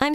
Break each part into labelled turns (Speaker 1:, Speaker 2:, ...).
Speaker 1: I'm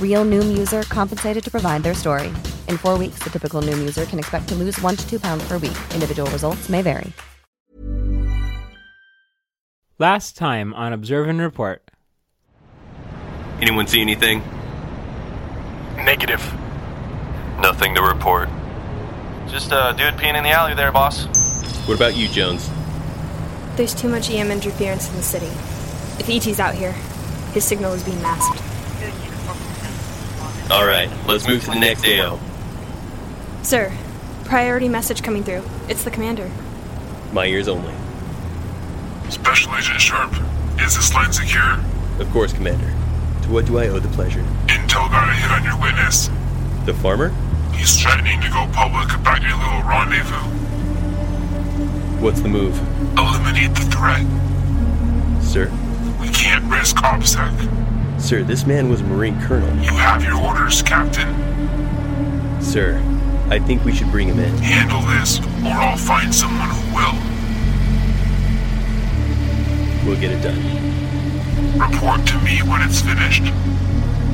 Speaker 2: Real Noom user compensated to provide their story. In four weeks, the typical Noom user can expect to lose one to two pounds per week. Individual results may vary.
Speaker 3: Last time on Observe and Report.
Speaker 4: Anyone see anything?
Speaker 5: Negative.
Speaker 4: Nothing to report.
Speaker 5: Just a dude peeing in the alley there, boss.
Speaker 4: What about you, Jones?
Speaker 6: There's too much EM interference in the city. If ET's out here, his signal is being masked.
Speaker 4: All right, let's move to the next AO.
Speaker 6: Sir, priority message coming through. It's the commander.
Speaker 4: My ears only.
Speaker 5: Special Agent Sharp, is this line secure?
Speaker 4: Of course, Commander. To what do I owe the pleasure?
Speaker 5: Intel got a hit on your witness.
Speaker 4: The farmer?
Speaker 5: He's threatening to go public about your little rendezvous.
Speaker 4: What's the move?
Speaker 5: Eliminate the threat.
Speaker 4: Sir?
Speaker 5: We can't risk OPSEC.
Speaker 4: Sir, this man was a Marine Colonel.
Speaker 5: You have your orders, Captain.
Speaker 4: Sir, I think we should bring him in.
Speaker 5: Handle this, or I'll find someone who will.
Speaker 4: We'll get it done.
Speaker 5: Report to me when it's finished.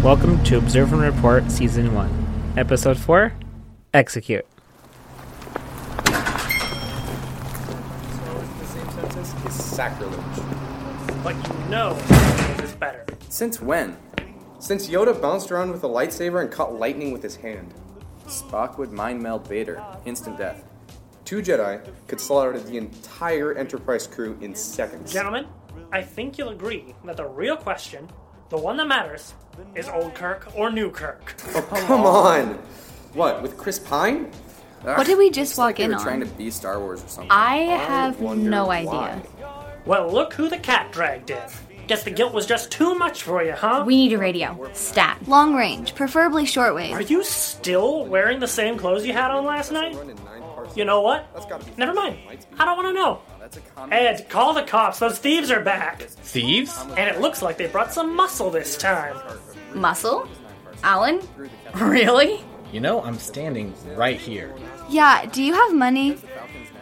Speaker 3: Welcome to Observe and Report Season 1, Episode 4 Execute.
Speaker 7: is sacrilege. But you know it's better. Since when? Since Yoda bounced around with a lightsaber and caught lightning with his hand. Spock would mind meld Vader, instant death. Two Jedi could slaughter the entire Enterprise crew in seconds.
Speaker 8: Gentlemen, I think you'll agree that the real question, the one that matters, is old Kirk or new Kirk.
Speaker 7: Oh, come on! What, with Chris Pine? Ugh,
Speaker 9: What did we just
Speaker 7: it's like
Speaker 9: walk
Speaker 7: they
Speaker 9: in
Speaker 7: were trying to
Speaker 9: on?
Speaker 7: be Star Wars or something.
Speaker 9: I have
Speaker 7: wonder
Speaker 9: no
Speaker 7: why.
Speaker 9: idea.
Speaker 8: Well, look who the cat dragged in. Guess the guilt was just too much for you, huh?
Speaker 9: We need a radio. Stat. Long range, preferably shortwave.
Speaker 8: Are you still wearing the same clothes you had on last night? You know what? Never mind. I don't want to know. Ed, call the cops. Those thieves are back.
Speaker 4: Thieves?
Speaker 8: And it looks like they brought some muscle this time.
Speaker 9: Muscle? Alan? Really?
Speaker 10: You know, I'm standing right here.
Speaker 9: Yeah, do you have money?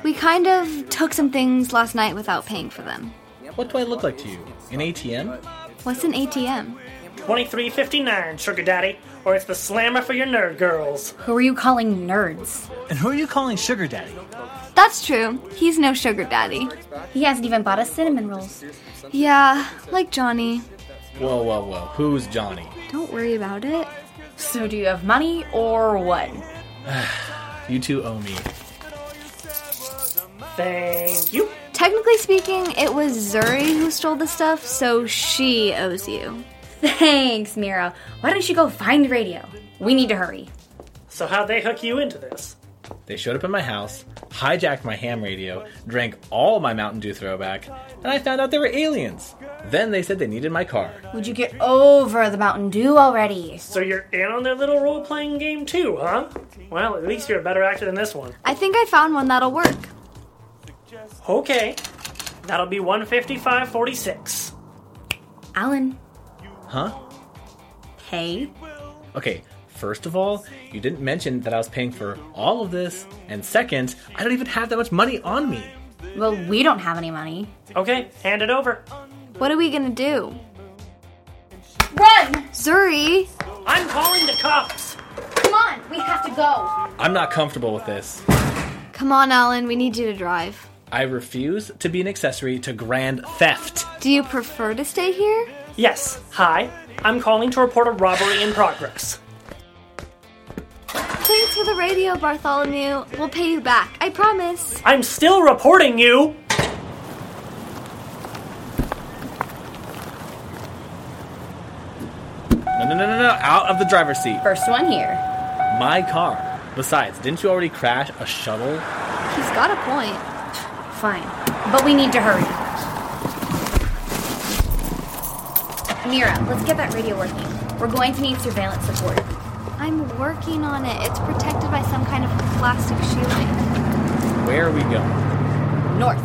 Speaker 9: We kind of took some things last night without paying for them.
Speaker 10: What do I look like to you? An ATM?
Speaker 9: What's an ATM?
Speaker 8: 2359, Sugar Daddy, or it's the slammer for your nerd girls.
Speaker 9: Who are you calling nerds?
Speaker 10: And who are you calling Sugar Daddy?
Speaker 9: That's true. He's no sugar daddy. He hasn't even bought us cinnamon rolls. Yeah, like Johnny.
Speaker 10: Whoa, whoa, whoa. Who's Johnny?
Speaker 9: Don't worry about it. So, do you have money or what?
Speaker 10: You two owe me.
Speaker 8: Thank you.
Speaker 9: Technically speaking, it was Zuri who stole the stuff, so she owes you. Thanks, Mira. Why don't you go find radio? We need to hurry.
Speaker 8: So, how'd they hook you into this?
Speaker 10: They showed up at my house, hijacked my ham radio, drank all my Mountain Dew throwback, and I found out they were aliens. Then they said they needed my car.
Speaker 11: Would you get over the Mountain Dew already?
Speaker 8: So, you're in on their little role playing game too, huh? Well, at least you're a better actor than this one.
Speaker 9: I think I found one that'll work.
Speaker 8: Okay. That'll be 155.46.
Speaker 9: Alan,
Speaker 10: Huh?
Speaker 9: pay.
Speaker 10: Okay, first of all, you didn't mention that I was paying for all of this, and second, I don't even have that much money on me.
Speaker 9: Well, we don't have any money.
Speaker 8: Okay, hand it over.
Speaker 9: What are we gonna do? Run! Zuri!
Speaker 8: I'm calling the cops!
Speaker 9: Come on, we have to go!
Speaker 10: I'm not comfortable with this.
Speaker 9: Come on, Alan, we need you to drive.
Speaker 10: I refuse to be an accessory to grand theft.
Speaker 9: Do you prefer to stay here?
Speaker 8: Yes, hi. I'm calling to report a robbery in progress.
Speaker 9: Thanks for the radio, Bartholomew. We'll pay you back, I promise.
Speaker 8: I'm still reporting you!
Speaker 10: No, no, no, no, no. Out of the driver's seat.
Speaker 9: First one here.
Speaker 10: My car. Besides, didn't you already crash a shuttle?
Speaker 9: He's got a point. Fine, but we need to hurry. Mira, let's get that radio working. We're going to need surveillance support. I'm working on it. It's protected by some kind of plastic shielding.
Speaker 10: Where are we going?
Speaker 9: North.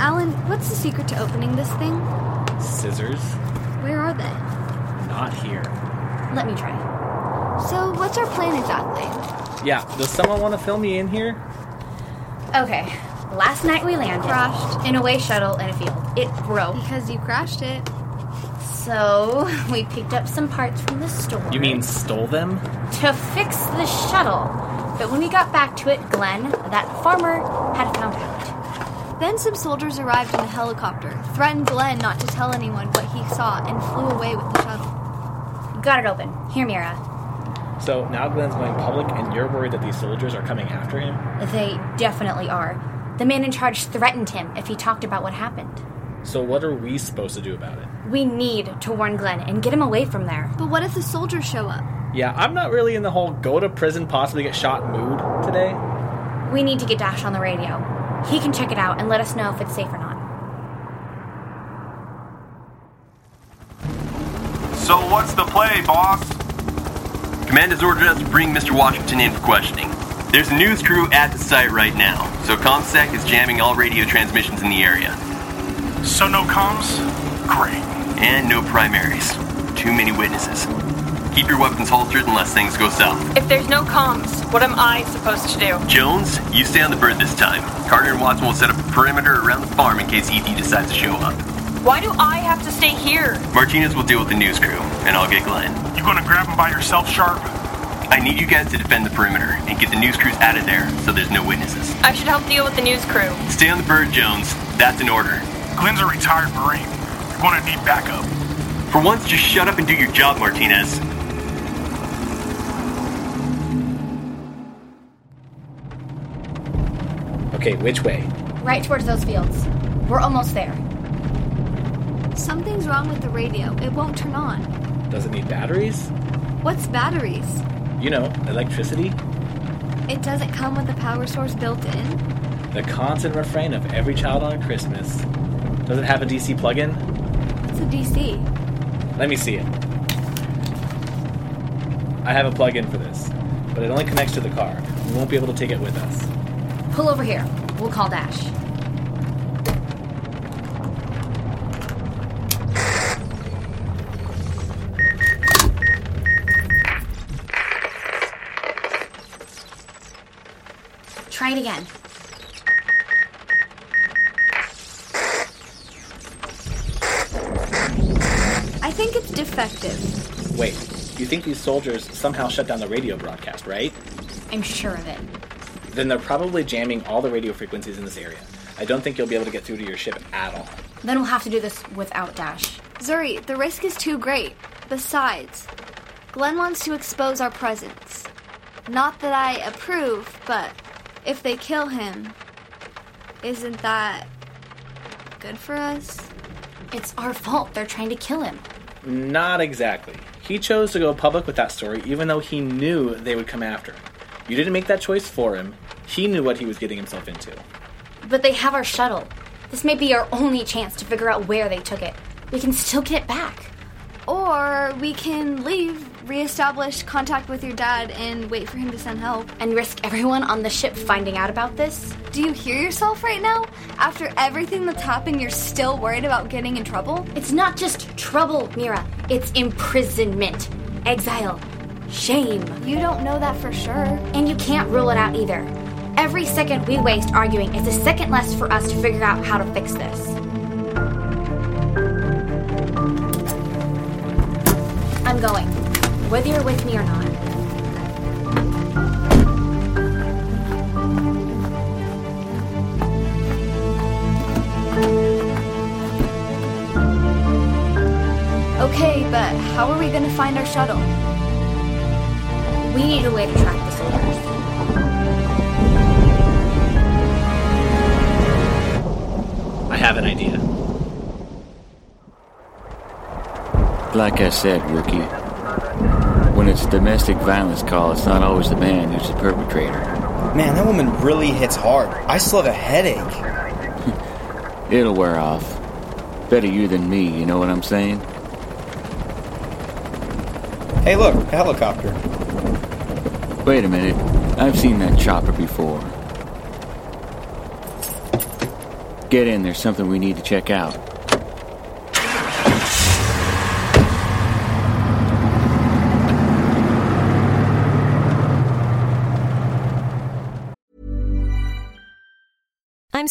Speaker 9: Alan, what's the secret to opening this thing?
Speaker 10: Scissors?
Speaker 9: Where are they?
Speaker 10: Not here.
Speaker 9: Let me try. So, what's our plan exactly?
Speaker 10: Yeah, does someone want to fill me in here?
Speaker 9: Okay. Last night we landed. Crashed. In a way shuttle in a field. It broke. Because you crashed it. So, we picked up some parts from the store.
Speaker 10: You mean stole them?
Speaker 9: To fix the shuttle. But when we got back to it, Glenn, that farmer, had found out. Then some soldiers arrived in a helicopter, threatened Glenn not to tell anyone what he saw, and flew away with the shuttle. Got it open. Here, Mira.
Speaker 10: So now Glenn's going public and you're worried that these soldiers are coming after him?
Speaker 9: They definitely are. The man in charge threatened him if he talked about what happened.
Speaker 10: So what are we supposed to do about it?
Speaker 9: We need to warn Glenn and get him away from there. But what if the soldiers show up?
Speaker 10: Yeah, I'm not really in the whole go to prison, possibly get shot mood today.
Speaker 9: We need to get Dash on the radio. He can check it out and let us know if it's safe or not.
Speaker 3: So what's the play, boss?
Speaker 4: Command has ordered us to bring Mr. Washington in for questioning. There's a news crew at the site right now, so ComSec is jamming all radio transmissions in the area.
Speaker 3: So no comms? Great.
Speaker 4: And no primaries. Too many witnesses. Keep your weapons haltered unless things go south.
Speaker 6: If there's no comms, what am I supposed to do?
Speaker 4: Jones, you stay on the bird this time. Carter and Watson will set up a perimeter around the farm in case ED decides to show up.
Speaker 6: Why do I have to stay here?
Speaker 4: Martinez will deal with the news crew, and I'll get Glenn.
Speaker 3: You gonna grab him by yourself, Sharp?
Speaker 4: I need you guys to defend the perimeter and get the news crews out of there so there's no witnesses.
Speaker 6: I should help deal with the news crew.
Speaker 4: Stay on the bird, Jones. That's an order.
Speaker 3: Glenn's a retired Marine. You're gonna need backup.
Speaker 4: For once, just shut up and do your job, Martinez.
Speaker 10: Okay, which way?
Speaker 9: Right towards those fields. We're almost there. Something's wrong with the radio. It won't turn on.
Speaker 10: Does it need batteries?
Speaker 9: What's batteries?
Speaker 10: You know, electricity?
Speaker 9: It doesn't come with a power source built in.
Speaker 10: The constant refrain of every child on Christmas. Does it have a DC plug in?
Speaker 9: It's a DC.
Speaker 10: Let me see it. I have a plug in for this, but it only connects to the car. We won't be able to take it with us.
Speaker 9: Pull over here. We'll call Dash. Try it again. I think it's defective.
Speaker 10: Wait, you think these soldiers somehow shut down the radio broadcast, right?
Speaker 9: I'm sure of it.
Speaker 10: Then they're probably jamming all the radio frequencies in this area. I don't think you'll be able to get through to your ship at all.
Speaker 9: Then we'll have to do this without Dash. Zuri, the risk is too great. Besides, Glenn wants to expose our presence. Not that I approve, but if they kill him, isn't that good for us? It's our fault. They're trying to kill him.
Speaker 10: Not exactly. He chose to go public with that story even though he knew they would come after him. You didn't make that choice for him. He knew what he was getting himself into.
Speaker 9: But they have our shuttle. This may be our only chance to figure out where they took it. We can still get it back. Or we can leave, reestablish contact with your dad, and wait for him to send help. And risk everyone on the ship finding out about this? Do you hear yourself right now? After everything that's happened, you're still worried about getting in trouble? It's not just trouble, Mira. It's imprisonment, exile, shame. You don't know that for sure. And you can't rule it out either. Every second we waste arguing is a second less for us to figure out how to fix this. I'm going, whether you're with me or not. Okay, but how are we going to find our shuttle? We need a way to track the soldiers.
Speaker 10: I have an idea.
Speaker 12: Like I said, Rookie, when it's a domestic violence call, it's not always the man who's the perpetrator.
Speaker 7: Man, that woman really hits hard. I still have a headache.
Speaker 12: It'll wear off. Better you than me, you know what I'm saying?
Speaker 7: Hey, look, a helicopter.
Speaker 12: Wait a minute. I've seen that chopper before. Get in, there's something we need to check out.
Speaker 1: I'm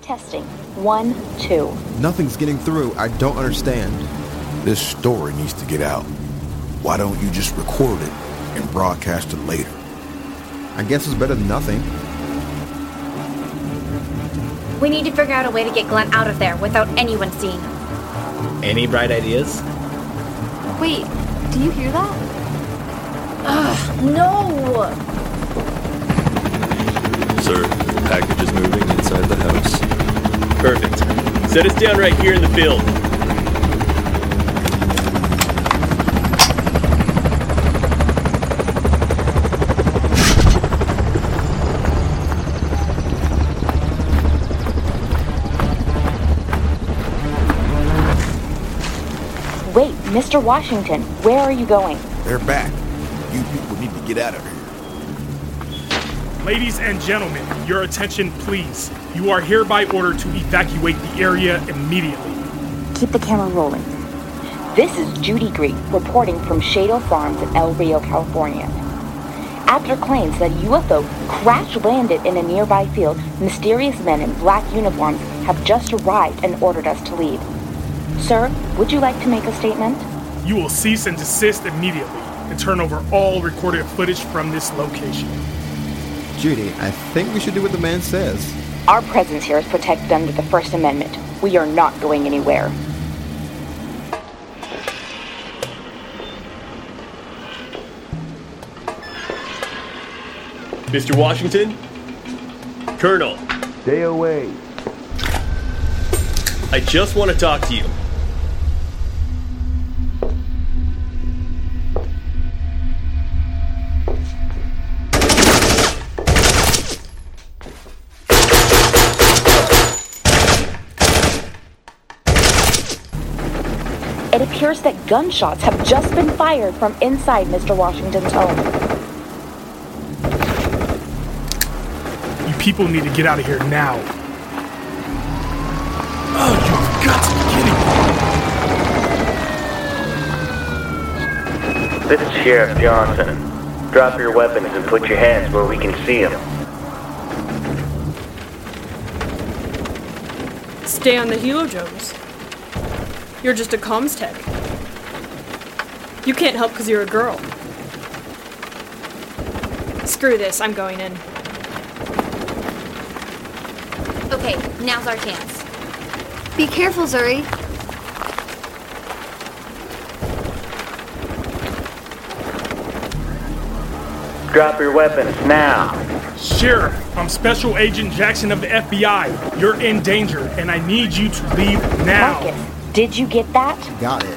Speaker 2: Testing. One, two.
Speaker 13: Nothing's getting through. I don't understand.
Speaker 14: This story needs to get out. Why don't you just record it and broadcast it later?
Speaker 13: I guess it's better than nothing.
Speaker 9: We need to figure out a way to get Glenn out of there without anyone seeing him.
Speaker 10: Any bright ideas?
Speaker 9: Wait, do you hear that?
Speaker 11: Ugh, no!
Speaker 15: Sir, the package is moving inside the house.
Speaker 4: Perfect. Set us down right here in the field.
Speaker 16: Wait, Mr. Washington, where are you going?
Speaker 14: They're back. You people need to get out of here.
Speaker 17: Ladies and gentlemen, your attention, please. You are hereby ordered to evacuate the area immediately.
Speaker 16: Keep the camera rolling. This is Judy Greek reporting from Shado Farms in El Rio, California. After claims that a UFO crash landed in a nearby field, mysterious men in black uniforms have just arrived and ordered us to leave. Sir, would you like to make a statement?
Speaker 17: You will cease and desist immediately and turn over all recorded footage from this location.
Speaker 13: Judy, I think we should do what the man says.
Speaker 16: Our presence here is protected under the First Amendment. We are not going anywhere.
Speaker 4: Mr. Washington? Colonel,
Speaker 15: Stay away.
Speaker 4: I just want to talk to you.
Speaker 16: It appears that gunshots have just been fired from inside Mr. Washington's home.
Speaker 17: You people need to get out of here now.
Speaker 18: This is Sheriff Johnson. Drop your weapons and put your hands where we can see them.
Speaker 6: Stay on the helo, Jones. You're just a comms tech. You can't help because you're a girl. Screw this, I'm going in.
Speaker 9: Okay, now's our chance. Be careful, Zuri.
Speaker 18: Drop your weapons now.
Speaker 17: Sheriff, I'm Special Agent Jackson of the FBI. You're in danger, and I need you to leave now.
Speaker 16: Marcus, did you get that?
Speaker 14: Got it.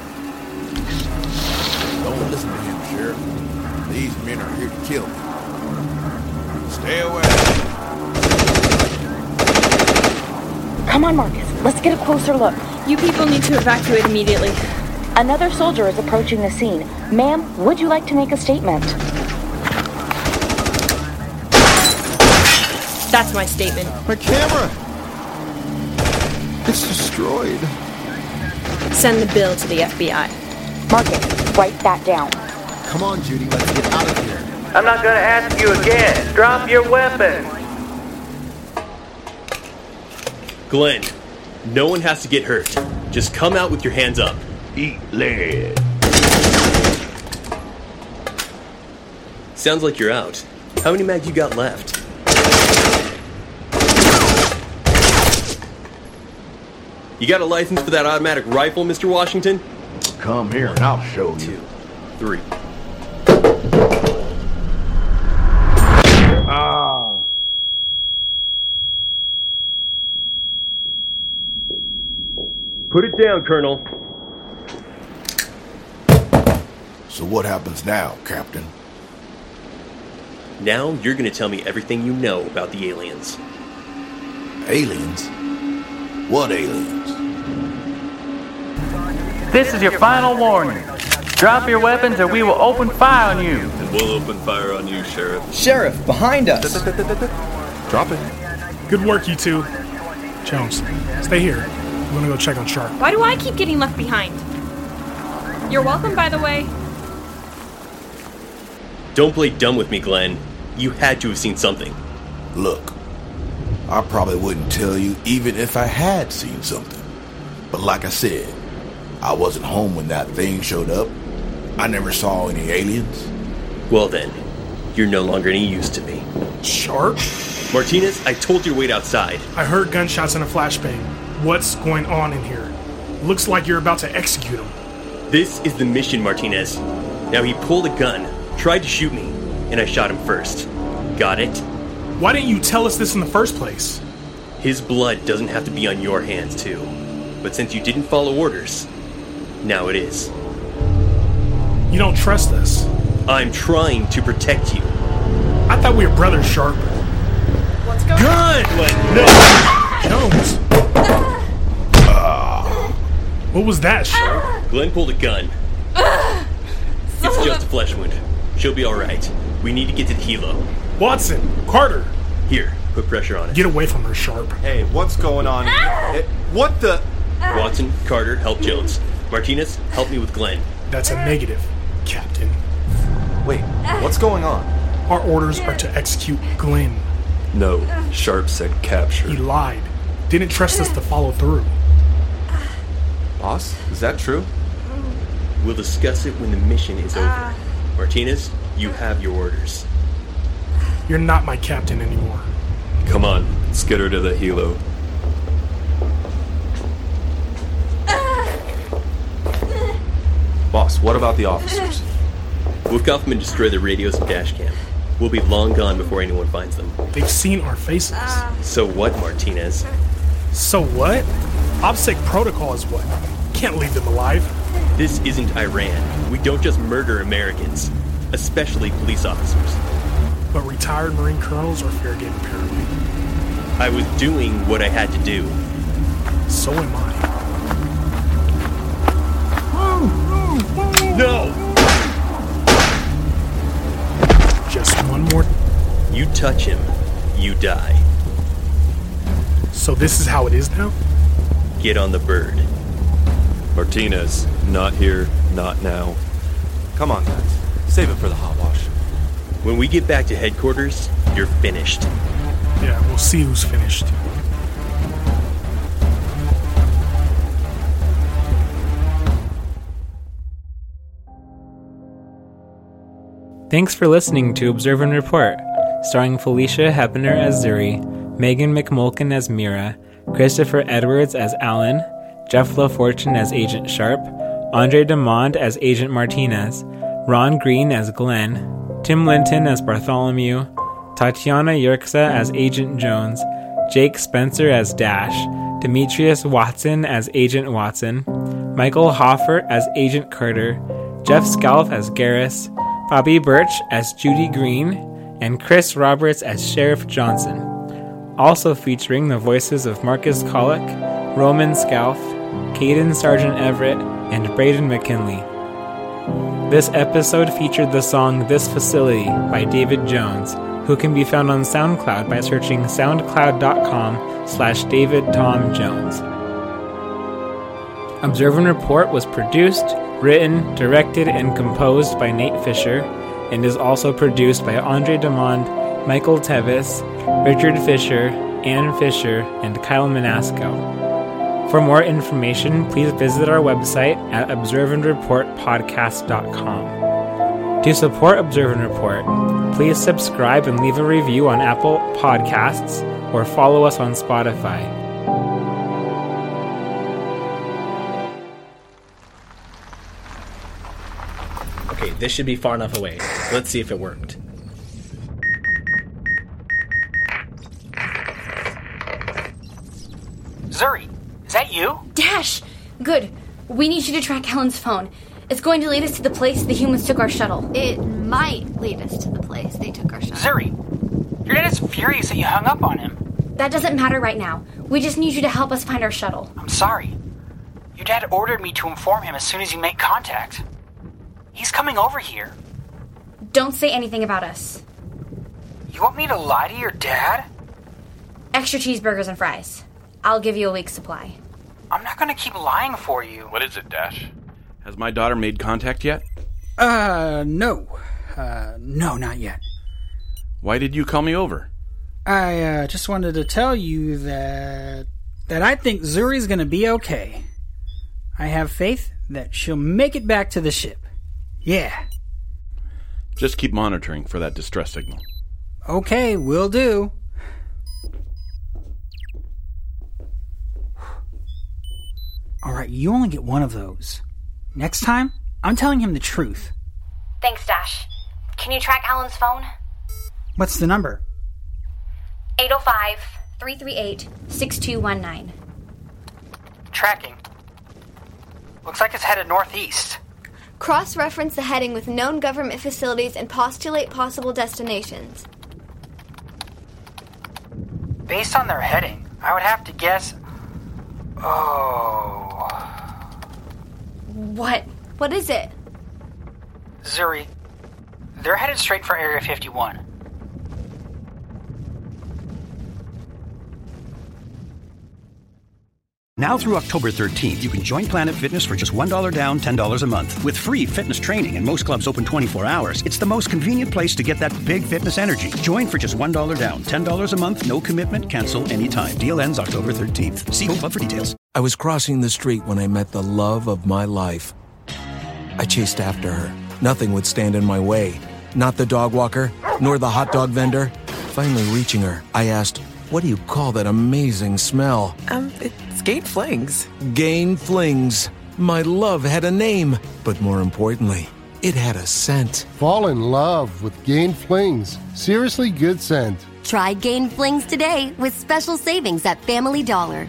Speaker 14: Don't listen to him, Sheriff. These men are here to kill me. Stay away.
Speaker 16: Come on, Marcus. Let's get a closer look.
Speaker 6: You people need to evacuate immediately.
Speaker 16: Another soldier is approaching the scene. Ma'am, would you like to make a statement?
Speaker 6: That's my statement.
Speaker 13: My camera! It's destroyed.
Speaker 6: Send the bill to the FBI.
Speaker 16: Marcus, write that down.
Speaker 13: Come on, Judy, let's get out of here.
Speaker 18: I'm not gonna ask you again. Drop your weapons.
Speaker 4: Glenn, no one has to get hurt. Just come out with your hands up.
Speaker 18: Eat lead.
Speaker 4: Sounds like you're out. How many mag you got left? You got a license for that automatic rifle, Mr. Washington?
Speaker 14: Come here and I'll show you.
Speaker 4: Three.
Speaker 14: Ah.
Speaker 4: Put it down, Colonel.
Speaker 14: So what happens now, Captain?
Speaker 4: Now you're gonna tell me everything you know about the aliens.
Speaker 14: Aliens? What aliens?
Speaker 19: This is your final warning. Drop your weapons or we will open fire on you.
Speaker 5: And we'll open fire on you, Sheriff.
Speaker 7: Sheriff, behind us.
Speaker 17: Drop it. Good work, you two. Jones, stay here. I'm gonna go check on Sharp.
Speaker 6: Why do I keep getting left behind? You're welcome, by the way.
Speaker 4: Don't play dumb with me, Glenn. You had to have seen something.
Speaker 14: Look, I probably wouldn't tell you even if I had seen something. But like I said, I wasn't home when that thing showed up. I never saw any aliens.
Speaker 4: Well then, you're no longer any use to me.
Speaker 17: Sharp?
Speaker 4: Martinez, I told you to wait outside.
Speaker 17: I heard gunshots and a flashbang. What's going on in here? Looks like you're about to execute him.
Speaker 4: This is the mission, Martinez. Now he pulled a gun, tried to shoot me, and I shot him first. Got it?
Speaker 17: Why didn't you tell us this in the first place?
Speaker 4: His blood doesn't have to be on your hands, too. But since you didn't follow orders, now it is.
Speaker 17: You don't trust us.
Speaker 4: I'm trying to protect you.
Speaker 17: I thought we were brothers, Sharp.
Speaker 6: What's going
Speaker 4: Good!
Speaker 17: No! Jones!
Speaker 6: Ah!
Speaker 17: What was that, Sharp?
Speaker 4: Glenn pulled a gun. It's just a flesh wound. She'll be alright. We need to get to the helo.
Speaker 17: Watson! Carter!
Speaker 4: Here, put pressure on it.
Speaker 17: Get away from her, Sharp.
Speaker 20: Hey, what's going on? Eh, what the?
Speaker 4: Watson, Carter, help Jones. Martinez, help me with Glenn.
Speaker 17: That's a negative, Captain.
Speaker 20: Wait, what's going on?
Speaker 17: Our orders are to execute Glenn.
Speaker 5: No, Sharp said
Speaker 17: He
Speaker 5: capture.
Speaker 17: lied. Didn't trust us to follow through.
Speaker 20: Boss, is that true?
Speaker 4: We'll discuss it when the mission is over. Martinez, you have your orders.
Speaker 17: You're not my captain anymore.
Speaker 5: Come on, let's get her to the helo.
Speaker 20: Boss, what about the officers?
Speaker 4: We'll cuff them and destroy the radios and dash cam. We'll be long gone before anyone finds them.
Speaker 17: They've seen our faces.
Speaker 4: So what, Martinez?
Speaker 17: So what? OPSEC protocol is what? Can't leave them alive.
Speaker 4: This isn't Iran. We don't just murder Americans, especially police officers.
Speaker 17: But retired Marine colonels are fair game, apparently.
Speaker 4: I was doing what I had to do.
Speaker 17: So am I.
Speaker 4: No!
Speaker 17: Just one more.
Speaker 4: You touch him, you die.
Speaker 17: So this is how it is now?
Speaker 4: Get on the bird.
Speaker 5: Martinez, not here, not now.
Speaker 20: Come on, guys. Save it for the hot wash.
Speaker 4: When we get back to headquarters, you're finished.
Speaker 17: Yeah, we'll see who's finished.
Speaker 21: Thanks for listening to Observe and Report.
Speaker 3: starring Felicia Hepner as Zuri, Megan McMulkin as Mira, Christopher Edwards as Alan, Jeff LaFortune as Agent Sharp, Andre DeMond as Agent Martinez, Ron Green as Glenn, Tim Linton as Bartholomew, Tatiana Yerxa as Agent Jones, Jake Spencer as Dash, Demetrius Watson as Agent Watson, Michael Hoffer as Agent Carter, Jeff Scalf as Garris, Bobby Birch as Judy Green, and Chris Roberts as Sheriff Johnson. Also featuring the voices of Marcus Colick, Roman Scalf, Caden Sergeant Everett, and Braden McKinley. This episode featured the song This Facility by David Jones, who can be found on SoundCloud by searching soundcloud.com slash David Tom Jones. Observe and Report was produced, written, directed, and composed by Nate Fisher, and is also produced by Andre DeMond, Michael Tevis, Richard Fisher, Ann Fisher, and Kyle Manasco. For more information, please visit our website at observeandreportpodcast.com. To support Observe and Report, please subscribe and leave a review on Apple Podcasts or follow us on Spotify.
Speaker 10: Okay, this should be far enough away. Let's see if it worked.
Speaker 21: Zuri, is that you?
Speaker 9: Dash! Good. We need you to track Helen's phone. It's going to lead us to the place the humans took our shuttle. It might lead us to the place they took our shuttle.
Speaker 21: Zuri, your dad is furious that you hung up on him.
Speaker 9: That doesn't matter right now. We just need you to help us find our shuttle.
Speaker 21: I'm sorry. Your dad ordered me to inform him as soon as you make contact. He's coming over here.
Speaker 9: Don't say anything about us.
Speaker 21: You want me to lie to your dad?
Speaker 9: Extra cheeseburgers and fries. I'll give you a week's supply.
Speaker 21: I'm not gonna keep lying for you.
Speaker 8: What is it, Dash?
Speaker 20: Has my daughter made contact yet?
Speaker 8: Uh, no. Uh, no, not yet.
Speaker 20: Why did you call me over?
Speaker 8: I uh, just wanted to tell you that that I think Zuri's gonna be okay. I have faith that she'll make it back to the ship. Yeah.
Speaker 20: Just keep monitoring for that distress signal.
Speaker 8: Okay, will do. All right, you only get one of those. Next time, I'm telling him the truth.
Speaker 9: Thanks, Dash. Can you track Alan's phone?
Speaker 8: What's the number?
Speaker 9: 805 338 6219.
Speaker 21: Tracking. Looks like it's headed northeast.
Speaker 12: Cross reference the heading with known government facilities and postulate possible destinations.
Speaker 21: Based on their heading, I would have to guess. Oh.
Speaker 9: What? What is it?
Speaker 21: Zuri. They're headed straight for Area 51.
Speaker 22: Now through October 13th, you can join Planet Fitness for just $1 down, $10 a month. With free fitness training and most clubs open 24 hours, it's the most convenient place to get that big fitness energy. Join for just $1 down, $10 a month, no commitment, cancel anytime. Deal ends October 13th. See Home Club for details.
Speaker 23: I was crossing the street when I met the love of my life. I chased after her. Nothing would stand in my way. Not the dog walker, nor the hot dog vendor. Finally reaching her, I asked, What do you call that amazing smell?
Speaker 24: Um, it's Gate Flings.
Speaker 23: Gain Flings. My love had a name, but more importantly, it had a scent.
Speaker 25: Fall in love with Gain Flings. Seriously good scent.
Speaker 26: Try Gain Flings today with special savings at Family Dollar.